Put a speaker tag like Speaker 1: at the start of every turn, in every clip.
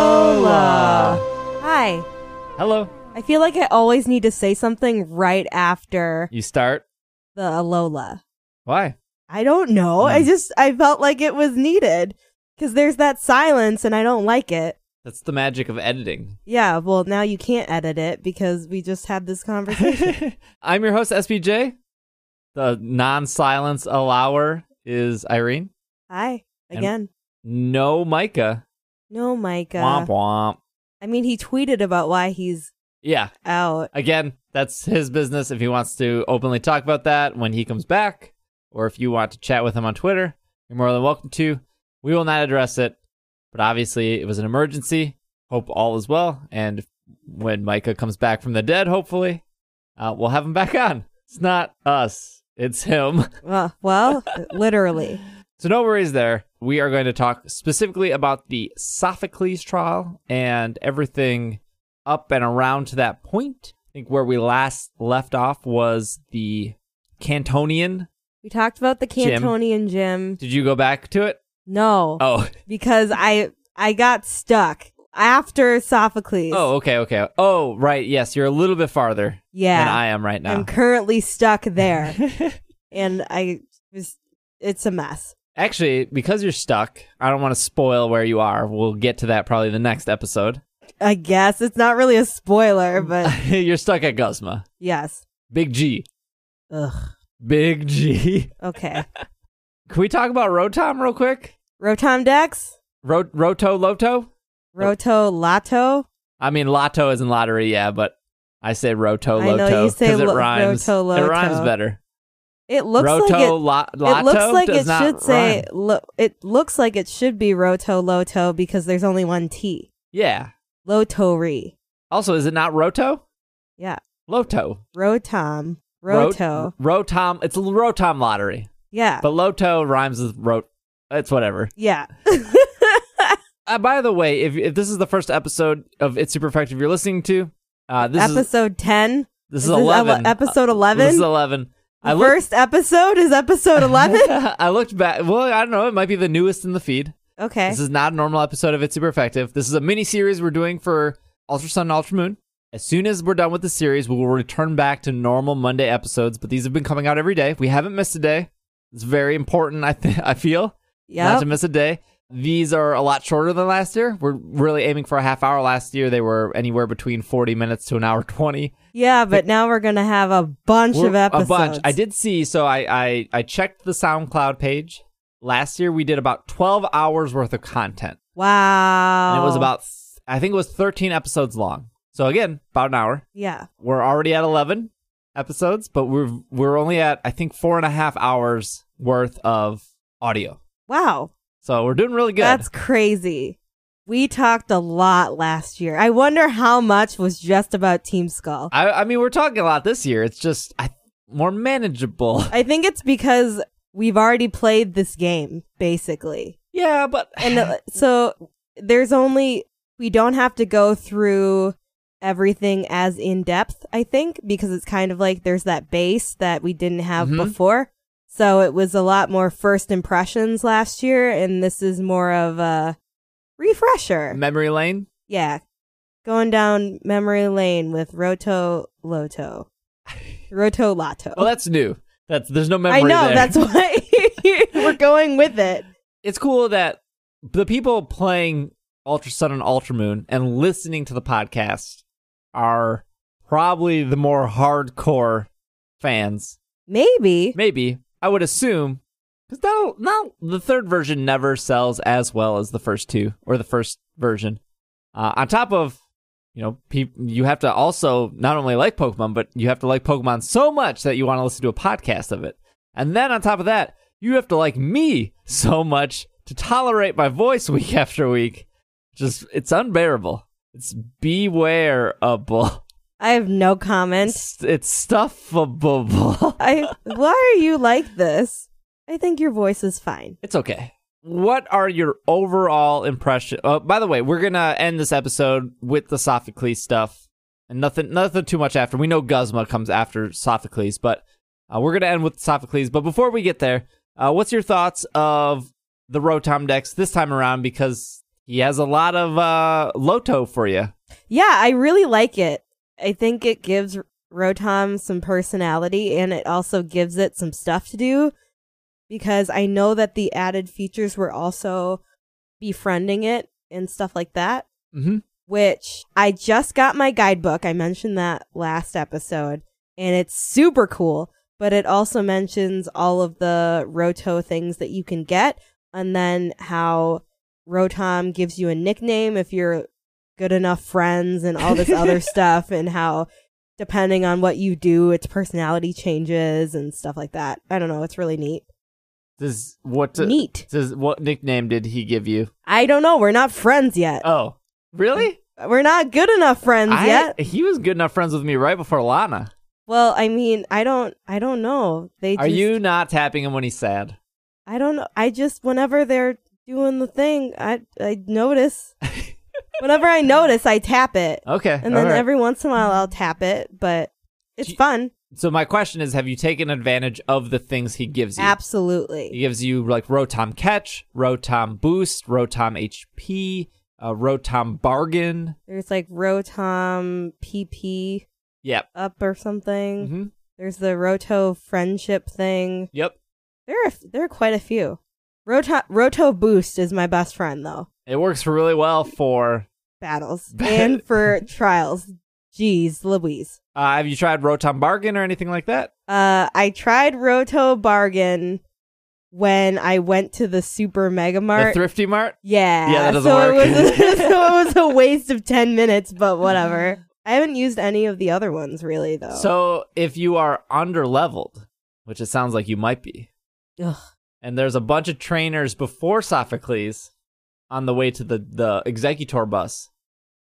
Speaker 1: Alola.
Speaker 2: Hi.
Speaker 1: Hello.
Speaker 2: I feel like I always need to say something right after
Speaker 1: You start.
Speaker 2: the Mm. Alola.
Speaker 1: Why?
Speaker 2: I don't know. I just I felt like it was needed because there's that silence and I don't like it.
Speaker 3: That's the magic of editing.
Speaker 2: Yeah, well now you can't edit it because we just had this conversation.
Speaker 3: I'm your host, SBJ. The non silence allower is Irene.
Speaker 2: Hi
Speaker 3: And-
Speaker 2: again.
Speaker 3: No Micah.
Speaker 2: No, Micah.
Speaker 3: Womp womp.
Speaker 2: I mean, he tweeted about why he's
Speaker 3: Yeah.
Speaker 2: out.
Speaker 3: Again, that's his business if he wants to openly talk about that when he comes back, or if you want to chat with him on Twitter, you're more than welcome to. We will not address it, but obviously it was an emergency. Hope all is well, and when Micah comes back from the dead, hopefully, uh, we'll have him back on. It's not us, it's him.
Speaker 2: Well, well, literally.
Speaker 3: So no worries there. We are going to talk specifically about the Sophocles trial and everything up and around to that point. I think where we last left off was the Cantonian.
Speaker 2: We talked about the
Speaker 3: Jim.
Speaker 2: Cantonian gym.
Speaker 3: Did you go back to it?
Speaker 2: No,
Speaker 3: Oh,
Speaker 2: because I I got stuck after Sophocles.
Speaker 3: oh, okay, okay. Oh, right. Yes, you're a little bit farther than
Speaker 2: yeah.
Speaker 3: I am right now.
Speaker 2: I'm currently stuck there, and I was. It's a mess.
Speaker 3: Actually, because you're stuck, I don't want to spoil where you are. We'll get to that probably the next episode.
Speaker 2: I guess it's not really a spoiler, but
Speaker 3: you're stuck at Guzma.
Speaker 2: yes.
Speaker 3: Big G.
Speaker 2: Ugh.
Speaker 3: Big G.
Speaker 2: Okay.
Speaker 3: Can we talk about Rotom real quick?
Speaker 2: Rotom Dex,
Speaker 3: Ro- Roto Loto?
Speaker 2: Roto Lato.
Speaker 3: I mean, Lotto isn't lottery, yeah, but I say Roto
Speaker 2: I know,
Speaker 3: Loto
Speaker 2: you say
Speaker 3: it
Speaker 2: lo-
Speaker 3: rhymes.
Speaker 2: Roto
Speaker 3: It rhymes
Speaker 2: Loto.
Speaker 3: better.
Speaker 2: It looks
Speaker 3: Roto
Speaker 2: like it.
Speaker 3: lo- Lotto
Speaker 2: it looks like
Speaker 3: does
Speaker 2: it
Speaker 3: not
Speaker 2: should say
Speaker 3: rhyme.
Speaker 2: lo- it looks like it should be roto loto because there's only one t
Speaker 3: Yeah.
Speaker 2: lotori
Speaker 3: Also, is it not Roto?
Speaker 2: yeah
Speaker 3: Loto.
Speaker 2: rotom
Speaker 3: Ro-
Speaker 2: roto
Speaker 3: Rotom. It's Rotom lottery,
Speaker 2: yeah
Speaker 3: but Loto rhymes with Rot. It's whatever.
Speaker 2: yeah
Speaker 3: Uh, by the way, if, if this is the first episode of It's Super Effective you're listening to, uh, this is
Speaker 2: episode 10
Speaker 3: this is eleven.
Speaker 2: episode
Speaker 3: Uh,
Speaker 2: 11
Speaker 3: This is eleven. I looked-
Speaker 2: first episode is episode 11
Speaker 3: I looked back. Well, I don't know. It might be the newest in the feed.
Speaker 2: okay
Speaker 3: This is not a normal episode of It's Super Effective. This is a mini series we're doing for Ultra Sun and Ultra Moon. As soon as we're done with the series, we will return back to normal Monday episodes. But these have been coming out every day. We haven't missed a day. It's very important. I th- I feel not
Speaker 2: yeah
Speaker 3: to miss a day. These are a lot shorter than last year. We're really aiming for a half hour. Last year, they were anywhere between forty minutes to an hour twenty.
Speaker 2: yeah but now we're gonna have a bunch
Speaker 3: We're-
Speaker 2: of
Speaker 3: A
Speaker 2: episodes
Speaker 3: bunch. I did see. So I, I I checked the SoundCloud page. Last year we did about twelve hours worth of content,
Speaker 2: wow
Speaker 3: and it was about th- I think it was thirteen episodes long. So again, about an hour.
Speaker 2: yeah
Speaker 3: We're already at eleven episodes, but we're we're only at I think four and a half hours worth of audio.
Speaker 2: wow
Speaker 3: So we're doing really good.
Speaker 2: That's crazy. We talked a lot last year. I wonder how much was just about Team Skull.
Speaker 3: I I mean we're talking a lot this year. It's just I, more manageable.
Speaker 2: I think it's because we've already played this game, basically.
Speaker 3: yeah, but
Speaker 2: And uh, so there's only, we don't have to go through everything as in depth, I think, because it's kind of like there's that base that we didn't have
Speaker 3: Mhm.
Speaker 2: before. So it was a lot more first impressions last year, and this is more of a refresher.
Speaker 3: memory lane.
Speaker 2: Yeah. Going down memory lane with Roto Loto. Roto Lato.
Speaker 3: Well, that's new. That's there's no memory.
Speaker 2: I know,
Speaker 3: there.
Speaker 2: that's why we're going with it.
Speaker 3: it's cool that the people playing Ultra Sun and Ultra Moon and listening to the podcast are probably the more hardcore fans.
Speaker 2: Maybe.
Speaker 3: Maybe I would assume because not, not the third version never sells as well as the first two or the first version. Uh, on top of you know, peop you have to also not only like Pokemon, but you have to like Pokemon so much that you want to listen to a podcast of it. And then on top of that, you have to like me so much to tolerate my voice week after week. Just it's unbearable. It's bewareable.
Speaker 2: I have no comment.
Speaker 3: It's, it's stuffable.
Speaker 2: I why are you like this? I think your voice is fine.
Speaker 3: It's okay. What are your overall impression? Uh, by the way, we're gonna end this episode with the Sophocles stuff, and nothing, nothing too much after. We know Guzma comes after Sophocles, but uh, we're gonna end with Sophocles. But before we get there, uh, what's your thoughts of the Rotom decks this time around? Because He has a lot of uh, Loto for you.
Speaker 2: Yeah, I really like it. I think it gives Rotom some personality and it also gives it some stuff to do because I know that the added features were also befriending it and stuff like that,
Speaker 3: Mm-hmm.
Speaker 2: which I just got my guidebook. I mentioned that last episode and it's super cool, but it also mentions all of the Roto things that you can get and then how Rotom gives you a nickname if you're good enough friends and all this other stuff and how depending on what you do its personality changes and stuff like that. I don't know, it's really neat.
Speaker 3: Does what uh,
Speaker 2: neat.
Speaker 3: does what nickname did he give you?
Speaker 2: I don't know, we're not friends yet.
Speaker 3: Oh, really?
Speaker 2: we're not good enough friends
Speaker 3: I-
Speaker 2: yet.
Speaker 3: He was good enough friends with me right before Lana.
Speaker 2: Well, I mean, I don't I don't know. They
Speaker 3: Are
Speaker 2: just,
Speaker 3: you not tapping him when he's sad?
Speaker 2: I don't know. I just whenever they're doing the thing, I I notice. whenever I notice, I tap it.
Speaker 3: Okay.
Speaker 2: And then
Speaker 3: all right.
Speaker 2: every once in a while I'll tap it, but it's
Speaker 3: Do-
Speaker 2: fun.
Speaker 3: so my question is, have you taken advantage of the things he gives you?
Speaker 2: Absolutely.
Speaker 3: He gives you like Rotom Catch, Rotom Boost, Rotom HP, uh, Rotom Bargain.
Speaker 2: There's like Rotom PP
Speaker 3: Yep.
Speaker 2: up or something.
Speaker 3: hmm
Speaker 2: There's the Roto friendship thing.
Speaker 3: Yep.
Speaker 2: There are there are quite a few. Roto Roto Boost is my best friend though.
Speaker 3: It works really well for.
Speaker 2: Battles
Speaker 3: Bet.
Speaker 2: and for trials. Jeez, Louise.
Speaker 3: Uh, have you tried Rotom Bargain or anything like that?
Speaker 2: Uh, I tried Roto Bargain when I went to the Super Mega
Speaker 3: The
Speaker 2: Mart.
Speaker 3: Thrifty Mart.
Speaker 2: Yeah.
Speaker 3: Yeah, that doesn't
Speaker 2: so
Speaker 3: work.
Speaker 2: It was so it was a waste of 10 minutes, but whatever. I haven't used any of the other ones really, though.
Speaker 3: So if you are under leveled, which it sounds like you might be,
Speaker 2: Ugh.
Speaker 3: and there's a bunch of trainers before Sophocles on the way to the, the executor bus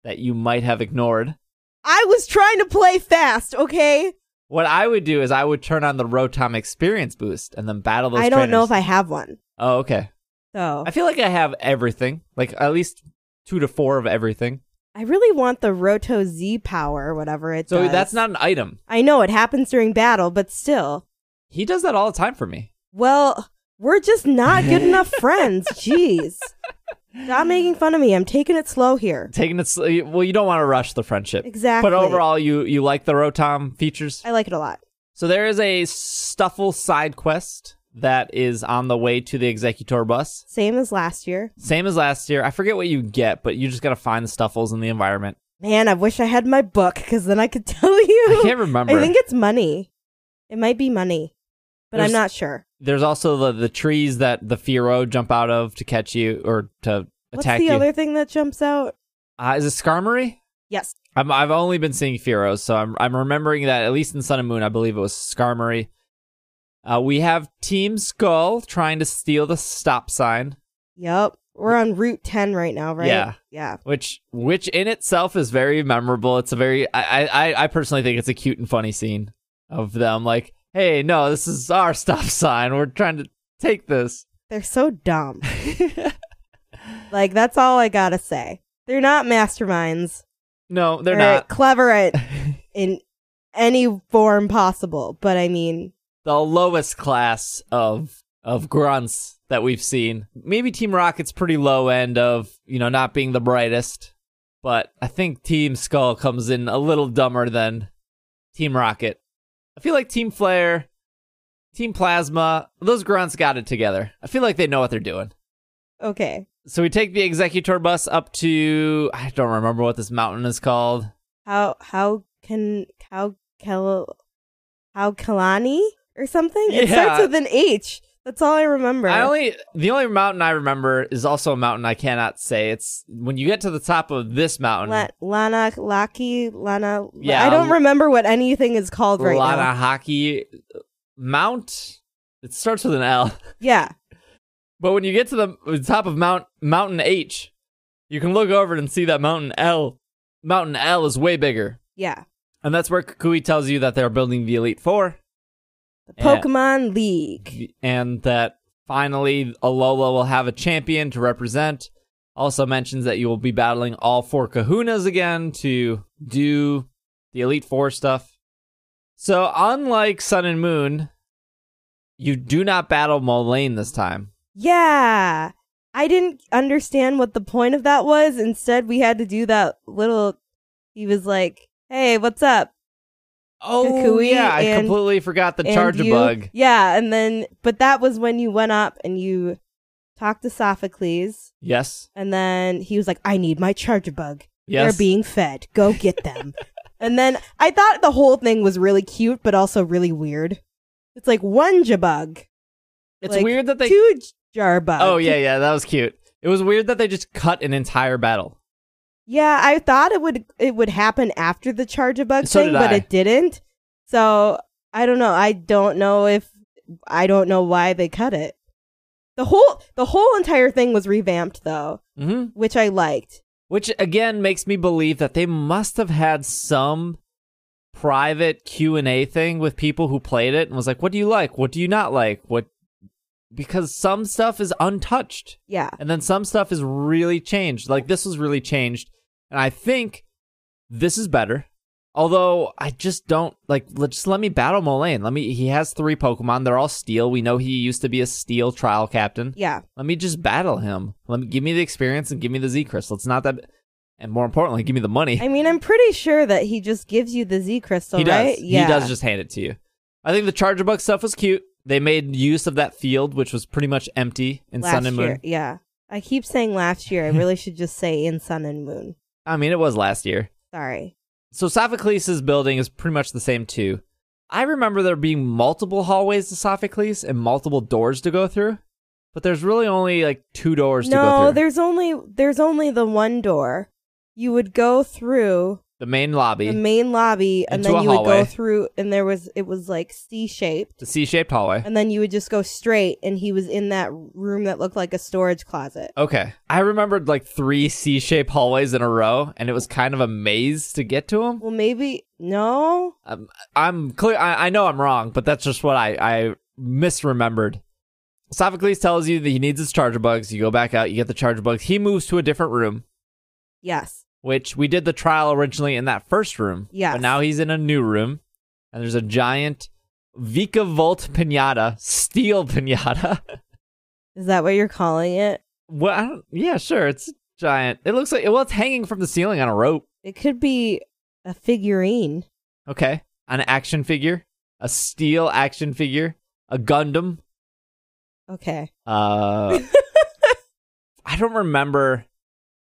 Speaker 3: that you might have ignored.
Speaker 2: I was trying to play fast, okay?
Speaker 3: What I would do is I would turn on the Rotom experience boost and then battle those
Speaker 2: I don't know
Speaker 3: trainers.
Speaker 2: if I have one.
Speaker 3: Oh, okay.
Speaker 2: So
Speaker 3: I feel like I have everything, like at least two to four of everything.
Speaker 2: I really want the Roto Z power or whatever it
Speaker 3: So
Speaker 2: does.
Speaker 3: that's not an item.
Speaker 2: I know it happens during battle, but still.
Speaker 3: He does that all the time for me.
Speaker 2: Well, we're just not good enough friends. Jeez. Stop making fun of me. I'm taking it slow here.
Speaker 3: Taking it slow. Well, you don't want to rush the friendship.
Speaker 2: Exactly.
Speaker 3: But overall, you you like the Rotom features.
Speaker 2: I like it a lot.
Speaker 3: So there is a Stuffle side quest that is on the way to the Executor bus.
Speaker 2: Same as last year.
Speaker 3: Same as last year. I forget what you get, but you just gotta find the Stuffles in the environment.
Speaker 2: Man, I wish I had my book because then I could tell you.
Speaker 3: I can't remember.
Speaker 2: I think it's money. It might be money, but I'm
Speaker 3: There's-
Speaker 2: not sure.
Speaker 3: There's also the the trees that the Firo jump out of to catch you or to
Speaker 2: What's
Speaker 3: attack
Speaker 2: the
Speaker 3: you.
Speaker 2: other thing that jumps out?
Speaker 3: uh, is it Skarmory?
Speaker 2: Yes.
Speaker 3: I'm, I've only been seeing Firos, so I'm I'm remembering that at least in Sun and Moon, I believe it was Skarmory. Uh, we have Team Skull trying to steal the stop sign,
Speaker 2: Yep. We're on Route 10 right now, right?
Speaker 3: Yeah.
Speaker 2: Yeah.
Speaker 3: which which in itself is very memorable. It's a very I I, I personally think it's a cute and funny scene of them like, hey, no, this is our stop sign. We're trying to take this.
Speaker 2: They're so dumb. like, that's all I got to say. They're not masterminds.
Speaker 3: no, they're
Speaker 2: or
Speaker 3: not.
Speaker 2: clever at in any form possible, but I mean,
Speaker 3: the lowest class of of grunts that we've seen. Maybe Team Rocket's pretty low end of, you know, not being the brightest, but I think Team Skull comes in a little dumber than Team Rocket. I feel like Team Flare, Team Plasma, those grunts got it together. I feel like they know what they're doing.
Speaker 2: okay.
Speaker 3: So we take the executor bus up to I don't remember what this mountain is called.
Speaker 2: How how can how Kel how Kalani or something? It
Speaker 3: Yeah.
Speaker 2: starts with an H. That's all I remember.
Speaker 3: I only the only mountain I remember is also a mountain I cannot say. It's when you get to the top of this mountain,
Speaker 2: La- Lana Laki Lana.
Speaker 3: Yeah,
Speaker 2: I don't
Speaker 3: L-
Speaker 2: remember what anything is called right
Speaker 3: Lana
Speaker 2: now.
Speaker 3: Hockey Mount. It starts with an L.
Speaker 2: Yeah,
Speaker 3: But when you get to the the top of Mount Mountain H, you can look over and see that Mountain L. Mountain L is way bigger,
Speaker 2: yeah.
Speaker 3: and that's where Kukui tells you that they're building the Elite Four,
Speaker 2: The
Speaker 3: Yeah.
Speaker 2: Pokemon League.
Speaker 3: and that finally Alola will have a champion to represent. Also mentions that you will be battling all four Kahunas again to do the Elite Four stuff. So unlike Sun and Moon, you do not battle Molane this time.
Speaker 2: Yeah, I didn't understand what the point of that was. Instead, we had to do that little. He was like, "Hey, what's up?"
Speaker 3: Oh
Speaker 2: Kukui
Speaker 3: yeah, I
Speaker 2: and-
Speaker 3: completely forgot the
Speaker 2: And
Speaker 3: charge
Speaker 2: you-
Speaker 3: bug.
Speaker 2: Yeah, and then but that was when you went up and you talked to Sophocles,
Speaker 3: Yes,
Speaker 2: and then he was like, "I need my charger bug.
Speaker 3: yes.
Speaker 2: They're being fed. Go get them." and then I thought the whole thing was really cute, but also really weird. It's like one jabug,
Speaker 3: it's
Speaker 2: like,
Speaker 3: weird that they.
Speaker 2: two jar bug.
Speaker 3: Oh yeah, yeah, that was cute. It was weird that they just cut an entire battle.
Speaker 2: Yeah, I thought it would it would happen after the charger bug
Speaker 3: So
Speaker 2: thing,
Speaker 3: did
Speaker 2: but
Speaker 3: I.
Speaker 2: it didn't. So I don't know. I don't know if I don't know why they cut it. The whole the whole entire thing was revamped though,
Speaker 3: hmm
Speaker 2: which I liked.
Speaker 3: Which again makes me believe that they must have had some private Q and A thing with people who played it and was like, "What do you like? What do you not like? What?" Because some stuff is untouched.
Speaker 2: Yeah.
Speaker 3: And then some stuff is really changed. Like this was really changed. And I think this is better. Although I just don't like let just let me battle Molane. Let me he has three Pokemon. They're all steel. We know he used to be a steel trial captain.
Speaker 2: Yeah.
Speaker 3: Let me just battle him. Let me give me the experience and give me the Z crystal. It's not that and more importantly, give me the money.
Speaker 2: I mean, I'm pretty sure that he just gives you the Z crystal,
Speaker 3: he does.
Speaker 2: right? Yeah.
Speaker 3: He does just hand it to you. I think the Charger Bug stuff was cute. They made use of that field, which was pretty much empty in
Speaker 2: last
Speaker 3: Sun and Moon.
Speaker 2: year. Yeah. I keep saying last year. I really should just say in Sun and Moon.
Speaker 3: I mean, it was last year.
Speaker 2: Sorry.
Speaker 3: So Sophocles' building is pretty much the same too. I remember there being multiple hallways to Sophocles and multiple doors to go through, but there's really only like two doors to go
Speaker 2: No,
Speaker 3: through.
Speaker 2: there's only there's only the one door. You would go through
Speaker 3: The main lobby,
Speaker 2: the main lobby and
Speaker 3: Into
Speaker 2: then
Speaker 3: a
Speaker 2: you would go
Speaker 3: hallway.
Speaker 2: through and there was it was like C shaped
Speaker 3: the C-shaped hallway.
Speaker 2: and then you would just go straight and he was in that room that looked like a storage closet.
Speaker 3: Okay, I remembered like three C-shaped hallways in a row, and it was kind of a maze to get to them.
Speaker 2: Well maybe no.
Speaker 3: Um, I'm clear. I, I know I'm wrong, but that's just what I I misremembered. Sophocles tells you that he needs his charger bugs. You go back out, you get the charger bugs. He moves to a different room.
Speaker 2: Yes.
Speaker 3: which we did the trial originally in that first room.
Speaker 2: Yes.
Speaker 3: But now he's in a new room, and there's a giant Vika Volt pinata, steel pinata.
Speaker 2: Is that what you're calling it?
Speaker 3: well, I don't, yeah, sure, it's giant. It looks like well, it's hanging from the ceiling on a rope.
Speaker 2: It could be a figurine.
Speaker 3: Okay, an action figure, a steel action figure, a Gundam.
Speaker 2: Okay.
Speaker 3: Uh, I don't remember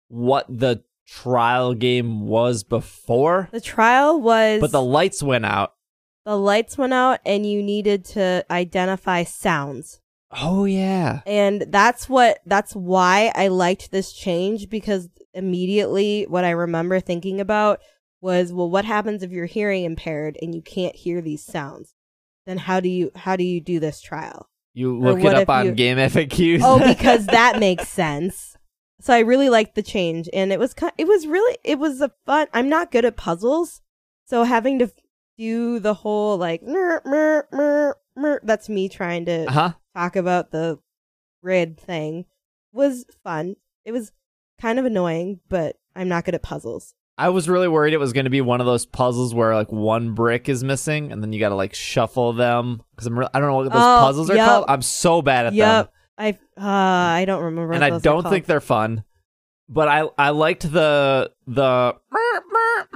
Speaker 3: what the trial game was before,
Speaker 2: The trial was
Speaker 3: but the lights went out.
Speaker 2: the lights went out and you needed to identify sounds.
Speaker 3: Oh yeah.
Speaker 2: and that's what that's why I liked this change because immediately what I remember thinking about was well what happens if you're hearing impaired and you can't hear these sounds then how do you how do you do this trial
Speaker 3: You
Speaker 2: Or
Speaker 3: look it
Speaker 2: what
Speaker 3: up
Speaker 2: if
Speaker 3: on
Speaker 2: you-
Speaker 3: Game FAQs.
Speaker 2: oh because that makes sense so I really liked the change and it was kind, it was really it was a fun I'm not good at puzzles so having to do the whole like mer, mer, mer, mer, that's me trying to
Speaker 3: huh.
Speaker 2: talk about the grid thing was fun. It was kind of annoying, but I'm not good at puzzles.
Speaker 3: I was really worried it was going to be one of those puzzles where like one brick is missing and then you got to like shuffle them because I'm re- I don't know what those
Speaker 2: Oh,
Speaker 3: puzzles are
Speaker 2: yup.
Speaker 3: called. I'm so bad at them,
Speaker 2: Yep. I uh, I don't remember. what
Speaker 3: and I
Speaker 2: those are
Speaker 3: don't
Speaker 2: called.
Speaker 3: think they're fun. But I I liked the the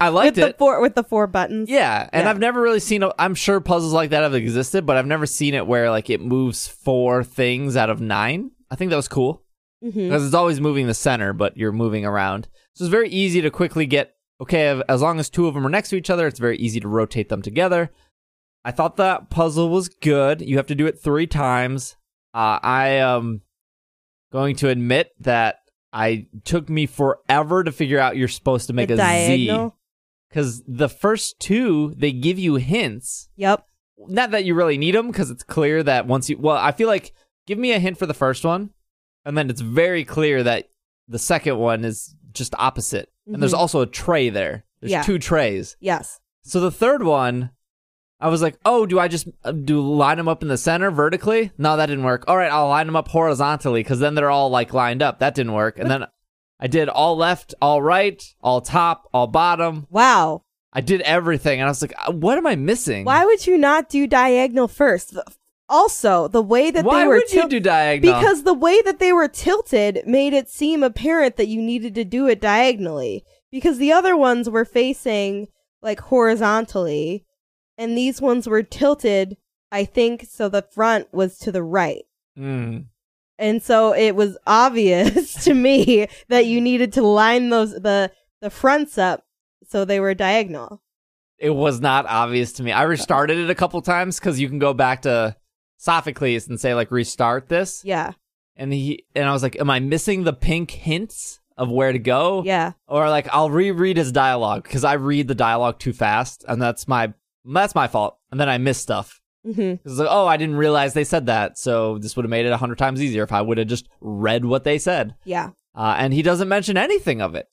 Speaker 3: I liked
Speaker 2: with the
Speaker 3: it.
Speaker 2: four with the four buttons.
Speaker 3: Yeah, and
Speaker 2: Yeah.
Speaker 3: I've never really seen. A, I'm sure puzzles like that have existed, but I've never seen it where like it moves four things out of nine. I think that was cool.
Speaker 2: hmm
Speaker 3: because it's always moving the center, but you're moving around. So it's very easy to quickly get okay. av- As long as two of them are next to each other, it's very easy to rotate them together. I thought that puzzle was good. You have to do it three times. Uh, I am going to admit that I took me forever to figure out you're supposed to make
Speaker 2: the
Speaker 3: a
Speaker 2: diagonal.
Speaker 3: because the first two they give you hints
Speaker 2: Yep.
Speaker 3: not that you really need them because it's clear that once you well i feel like give me a hint for the first one and then it's very clear that the second one is just opposite and there's
Speaker 2: Mhm.
Speaker 3: also a tray there there's
Speaker 2: Yeah.
Speaker 3: two trays
Speaker 2: Yes.
Speaker 3: so the third one i was like oh do i just uh, do line them up in the center vertically no that didn't work all right i'll line them up horizontally because then they're all like lined up that didn't work and then i did all left all right all top all bottom
Speaker 2: Wow.
Speaker 3: i did everything and i was like "Uh, what am i missing
Speaker 2: Why would you not do diagonal first? The Also, the way that
Speaker 3: Why
Speaker 2: they were
Speaker 3: would
Speaker 2: til-
Speaker 3: you do diagonal?
Speaker 2: because the way that they were tilted made it seem apparent that you needed to do it diagonally because the other ones were facing like horizontally and these ones were tilted i think so the front was to the right
Speaker 3: Mm.
Speaker 2: and so it was obvious to me that you needed to line those the the fronts up so they were diagonal
Speaker 3: it was not obvious to me. I restarted it a couple times because you can go back to Sophocles and say like restart this,
Speaker 2: yeah
Speaker 3: and he and I was like, am I missing the pink hints of where to go?
Speaker 2: yeah
Speaker 3: Or like I'll reread his dialogue because I read the dialogue too fast, and that's my that's my fault. And then I miss stuff.
Speaker 2: hmm
Speaker 3: It's like, oh, I didn't realize they said that, so this would have made it a hundred times easier if I would have just read what they said
Speaker 2: yeah
Speaker 3: uh, and he doesn't mention anything of it.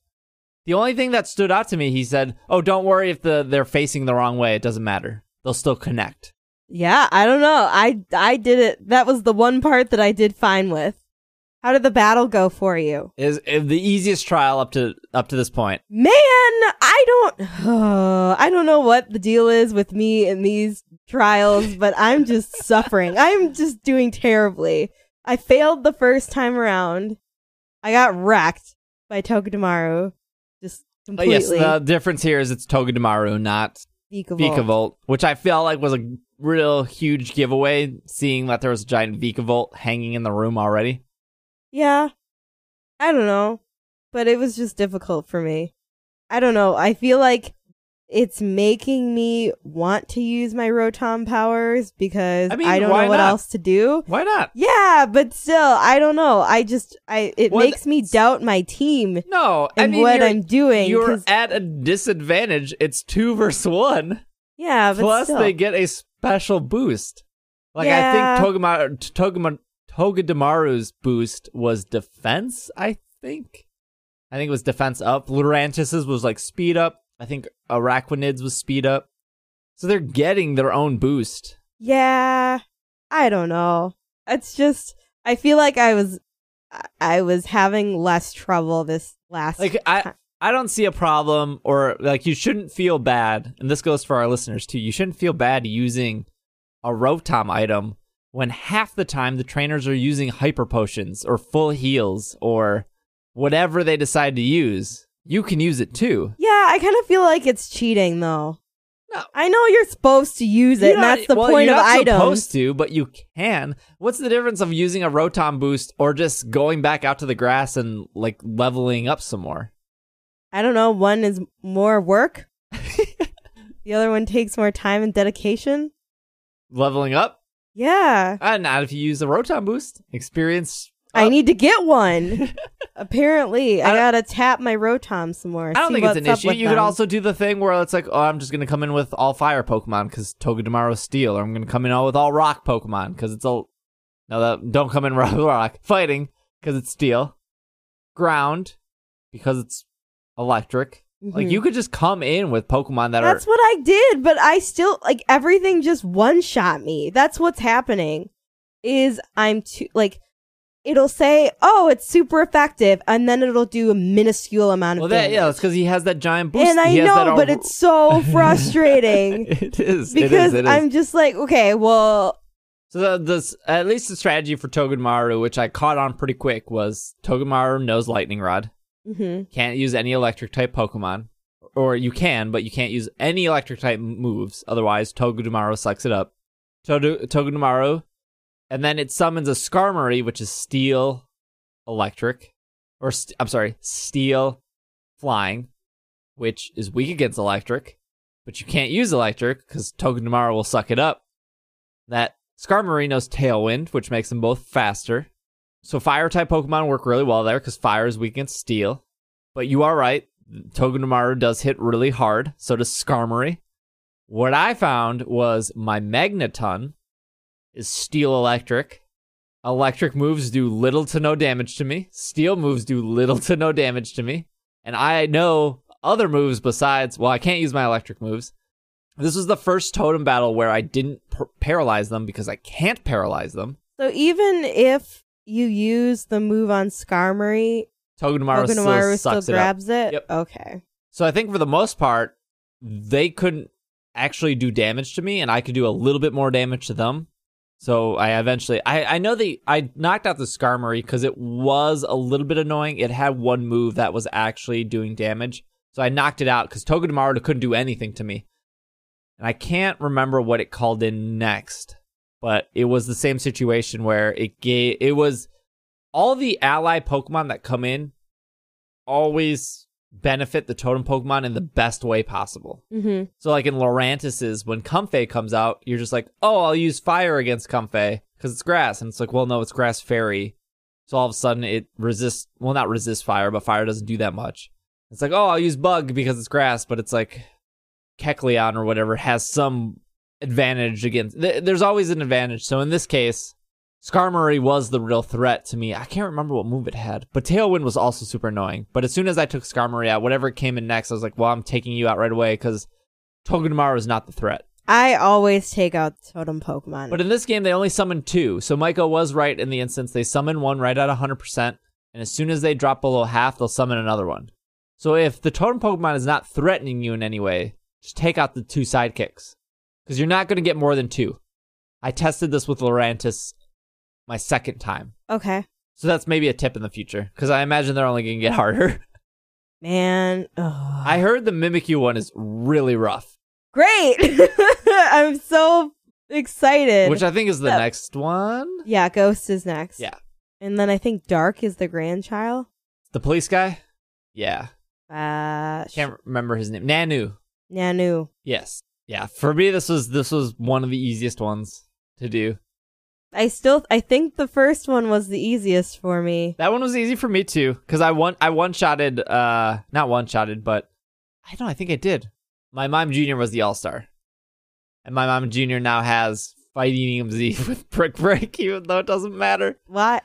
Speaker 3: The only thing that stood out to me, he said, "Oh, don't worry if the they're facing the wrong way; it doesn't matter. They'll still connect."
Speaker 2: Yeah, I don't know. I I did it. That was the one part that I did fine with. How did the battle go for you?
Speaker 3: Is, is the easiest trial up to up to this point.
Speaker 2: Man, I don't I don't know what the deal is with me in these trials, but I'm just suffering. I'm just doing terribly. I failed the first time around. I got wrecked by Tokidamaru. Just
Speaker 3: But Oh, yes, uh,
Speaker 2: completely.
Speaker 3: the difference here is it's Togedemaru, not
Speaker 2: Vikavolt.
Speaker 3: Vikavolt, which I felt like was a real huge giveaway, seeing that there was a giant Vikavolt hanging in the room already.
Speaker 2: Yeah. I don't know. But it was just difficult for me. I don't know. I feel like it's making me want to use my Rotom powers because
Speaker 3: I
Speaker 2: I,
Speaker 3: mean,
Speaker 2: don't know
Speaker 3: why
Speaker 2: what
Speaker 3: not?
Speaker 2: else to do.
Speaker 3: Why not?
Speaker 2: Yeah, but still, I don't know. I just I it
Speaker 3: Well,
Speaker 2: makes me doubt my team and
Speaker 3: No, I mean
Speaker 2: what
Speaker 3: you're,
Speaker 2: I'm doing.
Speaker 3: you're
Speaker 2: 'cause-
Speaker 3: at a disadvantage. It's two versus one.
Speaker 2: yeah, but
Speaker 3: Plus,
Speaker 2: still.
Speaker 3: they get a special boost. Like I
Speaker 2: Yeah.
Speaker 3: think Togamaru, Togama, Togedemaru's boost was defense. I think, I think it was defense up. Lurantis's was like speed up. I think Araquanid's was speed up. So they're getting their own boost.
Speaker 2: Yeah, I don't know. It's just I feel like I was I- I was having less trouble this last
Speaker 3: Like I, I don't see a problem, or like you shouldn't feel bad. And this goes for our listeners too. You shouldn't feel bad using a Rotom item when half the time the trainers are using hyper potions or full heals or whatever they decide to use. You can use it too.
Speaker 2: Yeah, I kind of feel like it's cheating though.
Speaker 3: No.
Speaker 2: I know you're supposed to use it,
Speaker 3: You're
Speaker 2: and
Speaker 3: not- e-,
Speaker 2: that's the
Speaker 3: well,
Speaker 2: point
Speaker 3: you're
Speaker 2: of
Speaker 3: not
Speaker 2: items.
Speaker 3: Supposed to, but you can. What's the difference of using a Rotom boost or just going back out to the grass and like leveling up some more?
Speaker 2: I don't know. One is more work. the other one takes more time and dedication.
Speaker 3: Leveling up,
Speaker 2: Yeah,
Speaker 3: Uh, not if you use a Rotom boost. Experience. uh,
Speaker 2: I
Speaker 3: up.
Speaker 2: need to get one. Apparently,
Speaker 3: I
Speaker 2: I,
Speaker 3: don't-
Speaker 2: gotta tap my Rotom some more.
Speaker 3: I don't
Speaker 2: see
Speaker 3: think it's an
Speaker 2: what's up
Speaker 3: issue.
Speaker 2: with
Speaker 3: You could
Speaker 2: them.
Speaker 3: also do the thing where it's like, oh, I'm just going to come in with all fire Pokemon because Togedemaru's steel, or I'm going to come in all with all rock Pokemon because it's all. No, that, don't come in with rock. Fighting because it's steel. Ground because it's electric. Like,
Speaker 2: Mhm.
Speaker 3: you could just come in with Pokemon that
Speaker 2: That's
Speaker 3: are.
Speaker 2: what I did, but I still like everything just one shot me. That's what's happening. Is I'm too like it'll say, "Oh, it's super effective," and then it'll do a minuscule amount of
Speaker 3: Well, that,
Speaker 2: damage.
Speaker 3: yeah, that's because he has that giant boost.
Speaker 2: and I
Speaker 3: He has that
Speaker 2: know,
Speaker 3: all-
Speaker 2: but it's so frustrating
Speaker 3: it is. it
Speaker 2: because
Speaker 3: is, it is.
Speaker 2: I'm just like, okay, well,
Speaker 3: So the, this, at least the strategy for Togedemaru, which I caught on pretty quick, was Togedemaru knows Lightning Rod.
Speaker 2: mhm,
Speaker 3: Can't use any electric type Pokemon, or you can, but you can't use any electric type m- moves. Otherwise, Togedemaru sucks it up. Todu- Togedemaru, and then it summons a Skarmory, which is Steel, Electric, or st- I'm sorry, Steel, Flying, which is weak against Electric, but you can't use Electric because Togedemaru will suck it up. That Skarmory knows Tailwind, which makes them both faster. So Fire type Pokemon work really well there because Fire is weak against Steel. But you are right. Togedemaru does hit really hard. So does Skarmory. What I found was my Magneton is steel electric. Electric moves do little to no damage to me. Steel moves do little to no damage to me. And I know other moves besides, well, I can't use my electric moves. This was the first totem battle where I didn't par- paralyze them because I can't paralyze them.
Speaker 2: so even if you use the move on Skarmory,
Speaker 3: Togedemaru, still
Speaker 2: Ogunamaru still,
Speaker 3: sucks it up.
Speaker 2: grabs it.
Speaker 3: Yep.
Speaker 2: Okay,
Speaker 3: So I think for the most part, they couldn't actually do damage to me, and I could do a little bit more damage to them. So I eventually, I, I know that I knocked out the Skarmory because it was a little bit annoying. It had one move that was actually doing damage. So I knocked it out because Togedemaru couldn't do anything to me. And I can't remember what it called in next, but it was the same situation where it gave, it was all the ally Pokemon that come in always benefit the totem Pokemon in the best way possible.
Speaker 2: Mm-hmm.
Speaker 3: So like in Lorantis's, when Comfey comes out, you're just like, oh, I'll use fire against Comfey because it's grass, and it's like, well, no, it's grass fairy. So all of a sudden it resists, well, not resists fire, but fire doesn't do that much. It's like, oh, I'll use bug because it's grass, but it's like Kecleon or whatever has some advantage against. Th- there's always an advantage. So in this case, Skarmory was the real threat to me. I can't remember what move it had, but Tailwind was also super annoying. But as soon as I took Skarmory out, whatever came in next, I was like, well, I'm taking you out right away because Togedemaru is not the threat.
Speaker 2: I always take out totem Pokemon.
Speaker 3: But in this game, they only summoned two. So Maiko was right in the instance. They summon one right at 100%. And as soon as they drop below half, they'll summon another one. So if the totem Pokemon is not threatening you in any way, just take out the two sidekicks. Because you're not going to get more than two. I tested this with Lorantis my second time.
Speaker 2: okay,
Speaker 3: So that's maybe a tip in the future. Because I imagine they're only going to get harder.
Speaker 2: man. Ugh.
Speaker 3: I heard the Mimikyu one is really rough,
Speaker 2: Great. I'm so excited.
Speaker 3: which I think is the
Speaker 2: Yeah.
Speaker 3: next one.
Speaker 2: yeah, Ghost is next.
Speaker 3: Yeah.
Speaker 2: and then I think Dark is the grandchild.
Speaker 3: The police guy? Yeah.
Speaker 2: Uh, sh-
Speaker 3: Can't remember his name. Nanu.
Speaker 2: Nanu.
Speaker 3: Yes. Yeah. For me, this was this was one of the easiest ones to do.
Speaker 2: I still, I think the first one was the easiest for me.
Speaker 3: That one was easy for me too, because I one I one shotted uh not one shotted, but I don't know, I think I did. My mom junior was the all star. And my mom junior now has fighting EMZ with Brick Break, even though it doesn't matter.
Speaker 2: What?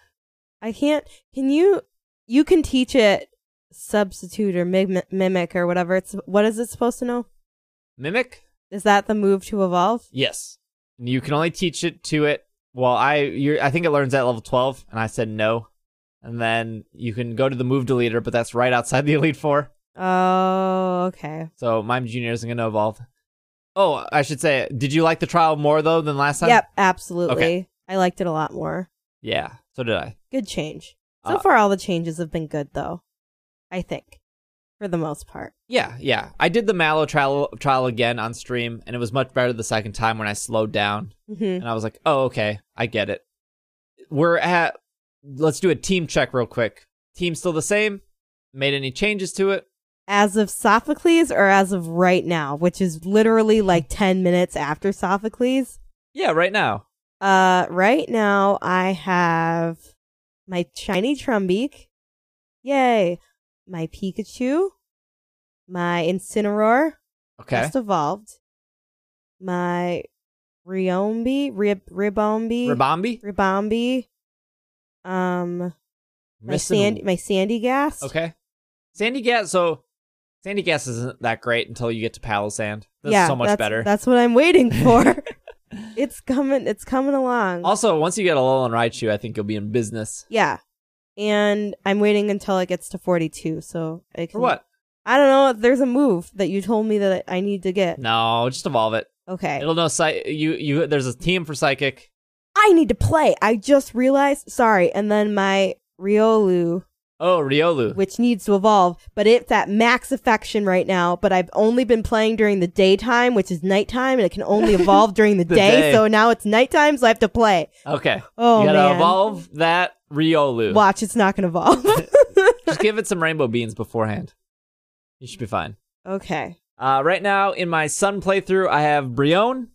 Speaker 2: I can't. Can you? You can teach it substitute or mim- mimic or whatever. It's what is it supposed to know?
Speaker 3: Mimic?
Speaker 2: Is that the move to evolve?
Speaker 3: Yes. And you can only teach it to it. Well, I you're, I think it learns at level 12, and I said no. And then you can go to the move deleter, but that's right outside the Elite Four.
Speaker 2: Oh, okay.
Speaker 3: So Mime Junior isn't going to evolve. Oh, I should say, did you like the trial more though than last time?
Speaker 2: Yep, absolutely.
Speaker 3: Okay.
Speaker 2: I liked it a lot more.
Speaker 3: Yeah. So did I.
Speaker 2: Good change. So
Speaker 3: Uh,
Speaker 2: far, all the changes have been good, though. I think, for the most part.
Speaker 3: Yeah, yeah. I did the Mallow trial trial again on stream, and it was much better the second time when I slowed down,
Speaker 2: hmm
Speaker 3: and I was like, oh, okay, I get it. We're at. Let's do a team check real quick. Team still the same. Made any changes to it?
Speaker 2: As of Sophocles, or as of right now, which is literally like ten minutes after Sophocles.
Speaker 3: Yeah, right now.
Speaker 2: Uh, right now I have my shiny Trumbeak. Yay. My Pikachu. My Incineroar.
Speaker 3: Okay.
Speaker 2: Just evolved. My Riombi. Rib- Ribombi.
Speaker 3: Rabambi?
Speaker 2: Ribombi. Um, my
Speaker 3: Missing-
Speaker 2: Sandy, my Sandy Gas.
Speaker 3: Okay. Sandy Gas. So Sandy Gas isn't that great until you get to Palisand. That's so much
Speaker 2: that's,
Speaker 3: better.
Speaker 2: That's what I'm waiting for. it's coming. It's coming along.
Speaker 3: Also, once you get a Alolan Raichu, I think you'll be in business.
Speaker 2: yeah, and I'm waiting until it gets to 42, so I can
Speaker 3: For what?
Speaker 2: I don't know. There's a move that you told me that I need to get.
Speaker 3: No, just evolve it.
Speaker 2: Okay.
Speaker 3: It'll know psy- you you there's a team for psychic.
Speaker 2: I need to play. I just realized. Sorry. And then my Riolu,
Speaker 3: Oh, Riolu.
Speaker 2: which needs to evolve, but it's at max affection right now. But I've only been playing during the daytime, which is nighttime, and it can only evolve during the,
Speaker 3: The
Speaker 2: day,
Speaker 3: day.
Speaker 2: So now it's nighttime, so I have to play.
Speaker 3: Okay.
Speaker 2: Oh,
Speaker 3: you gotta
Speaker 2: man.
Speaker 3: evolve that Riolu.
Speaker 2: Watch, it's not going to evolve.
Speaker 3: Just give it some rainbow beans beforehand. You should be fine.
Speaker 2: okay.
Speaker 3: Uh, right now in my Sun playthrough, I have Brion,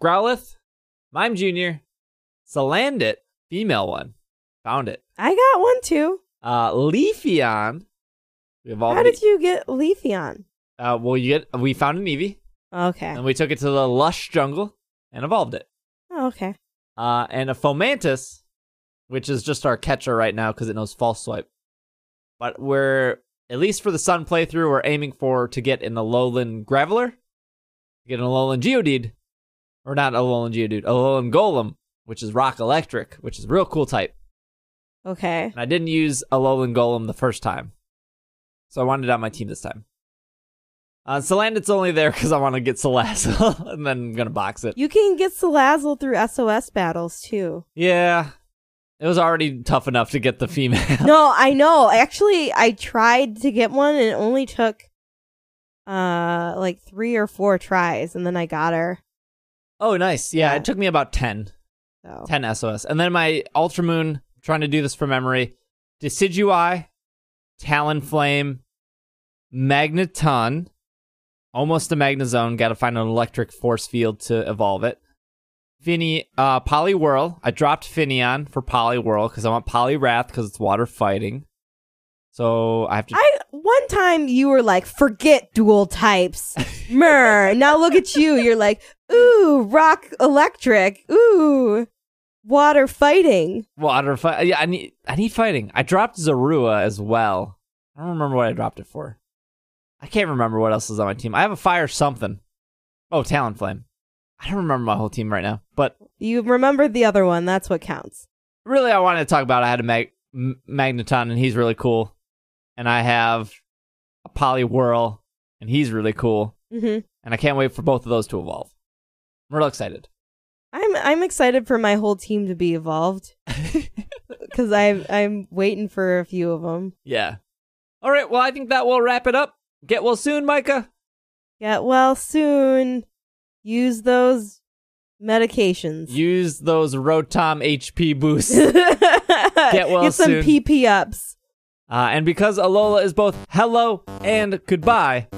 Speaker 3: Growlithe, Mime Junior, Salandit, female one, found it.
Speaker 2: I got one too.
Speaker 3: Uh, Leafeon. We evolved.
Speaker 2: How did you get Leafeon?
Speaker 3: uh, well, you get we found an Eevee
Speaker 2: Okay.
Speaker 3: and we took it to the lush jungle and evolved it.
Speaker 2: Oh, okay.
Speaker 3: uh, and a Fomantis, which is just our catcher right now because it knows false swipe. But we're at least for the Sun playthrough, we're aiming for to get an Alolan Graveler, get an Alolan Geodude, or not Alolan Geodude, Alolan Golem, which is Rock Electric, which is a real cool type.
Speaker 2: Okay.
Speaker 3: And I didn't use Alolan Golem the first time, so I wanted it on my team this time. Uh, Salandit's only there because I want to get Salazzle, and then I'm gonna box it.
Speaker 2: You can get Salazzle through SOS battles too.
Speaker 3: Yeah, it was already tough enough to get the female.
Speaker 2: No, I know. Actually, I tried to get one and it only took uh like 3 or 4 tries and then I got her.
Speaker 3: Oh, nice. Yeah,
Speaker 2: Yeah.
Speaker 3: it took me about 10,
Speaker 2: So
Speaker 3: 10 SOS, and then my Ultramoon. Trying to do this from memory. Decidueye, Talonflame, Magneton, almost a Magnezone. Got to find an electric force field to evolve it. Finny, uh, Poliwhirl. I dropped Finneon for Poliwhirl because I want Poliwrath because it's water fighting. So I have to.
Speaker 2: I one time you were like, "Forget dual types." Mer. Now look at you. You're like, "Ooh, rock electric. Ooh, water fighting."
Speaker 3: Water fight. Yeah, I need. I need fighting. I dropped Zorua as well. I don't remember what I dropped it for. I can't remember what else is on my team. I have a fire something. Oh, Talonflame. I don't remember my whole team right now, but
Speaker 2: You remembered the other one. That's what counts.
Speaker 3: really, I wanted to talk about. I had a Mag- M- Magneton, and he's really cool. And I have a Poliwhirl, and he's really cool.
Speaker 2: hmm
Speaker 3: And I can't wait for both of those to evolve. I'm real excited.
Speaker 2: I'm I'm excited for my whole team to be evolved because I'm I'm waiting for a few of them.
Speaker 3: yeah. All right. Well, I think that will wrap it up. Get well soon, Micah.
Speaker 2: Get well soon. Use those medications.
Speaker 3: Use those Rotom HP boosts. uh,
Speaker 2: Get
Speaker 3: well
Speaker 2: Get some
Speaker 3: soon.
Speaker 2: PP ups.
Speaker 3: and because Alola is both hello and goodbye,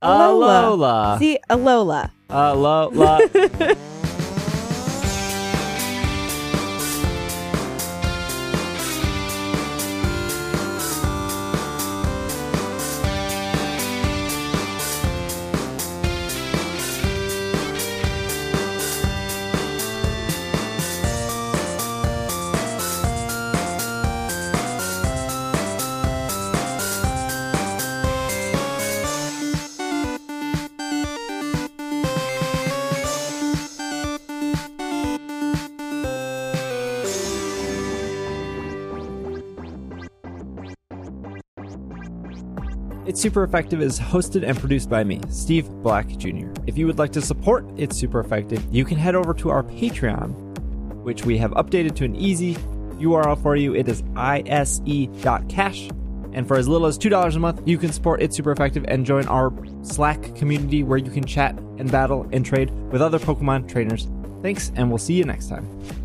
Speaker 2: Alola.
Speaker 3: Alola.
Speaker 2: See, Alola.
Speaker 3: Alola. It's Super Effective is hosted and produced by me, Steve Black Jr. If you would like to support It's Super Effective, you can head over to our Patreon, which we have updated to an easy URL for you. It is ise.cash. And for as little as $2 a month, you can support It's Super Effective and join our Slack community where you can chat and battle and trade with other Pokemon trainers. Thanks, and we'll see you next time.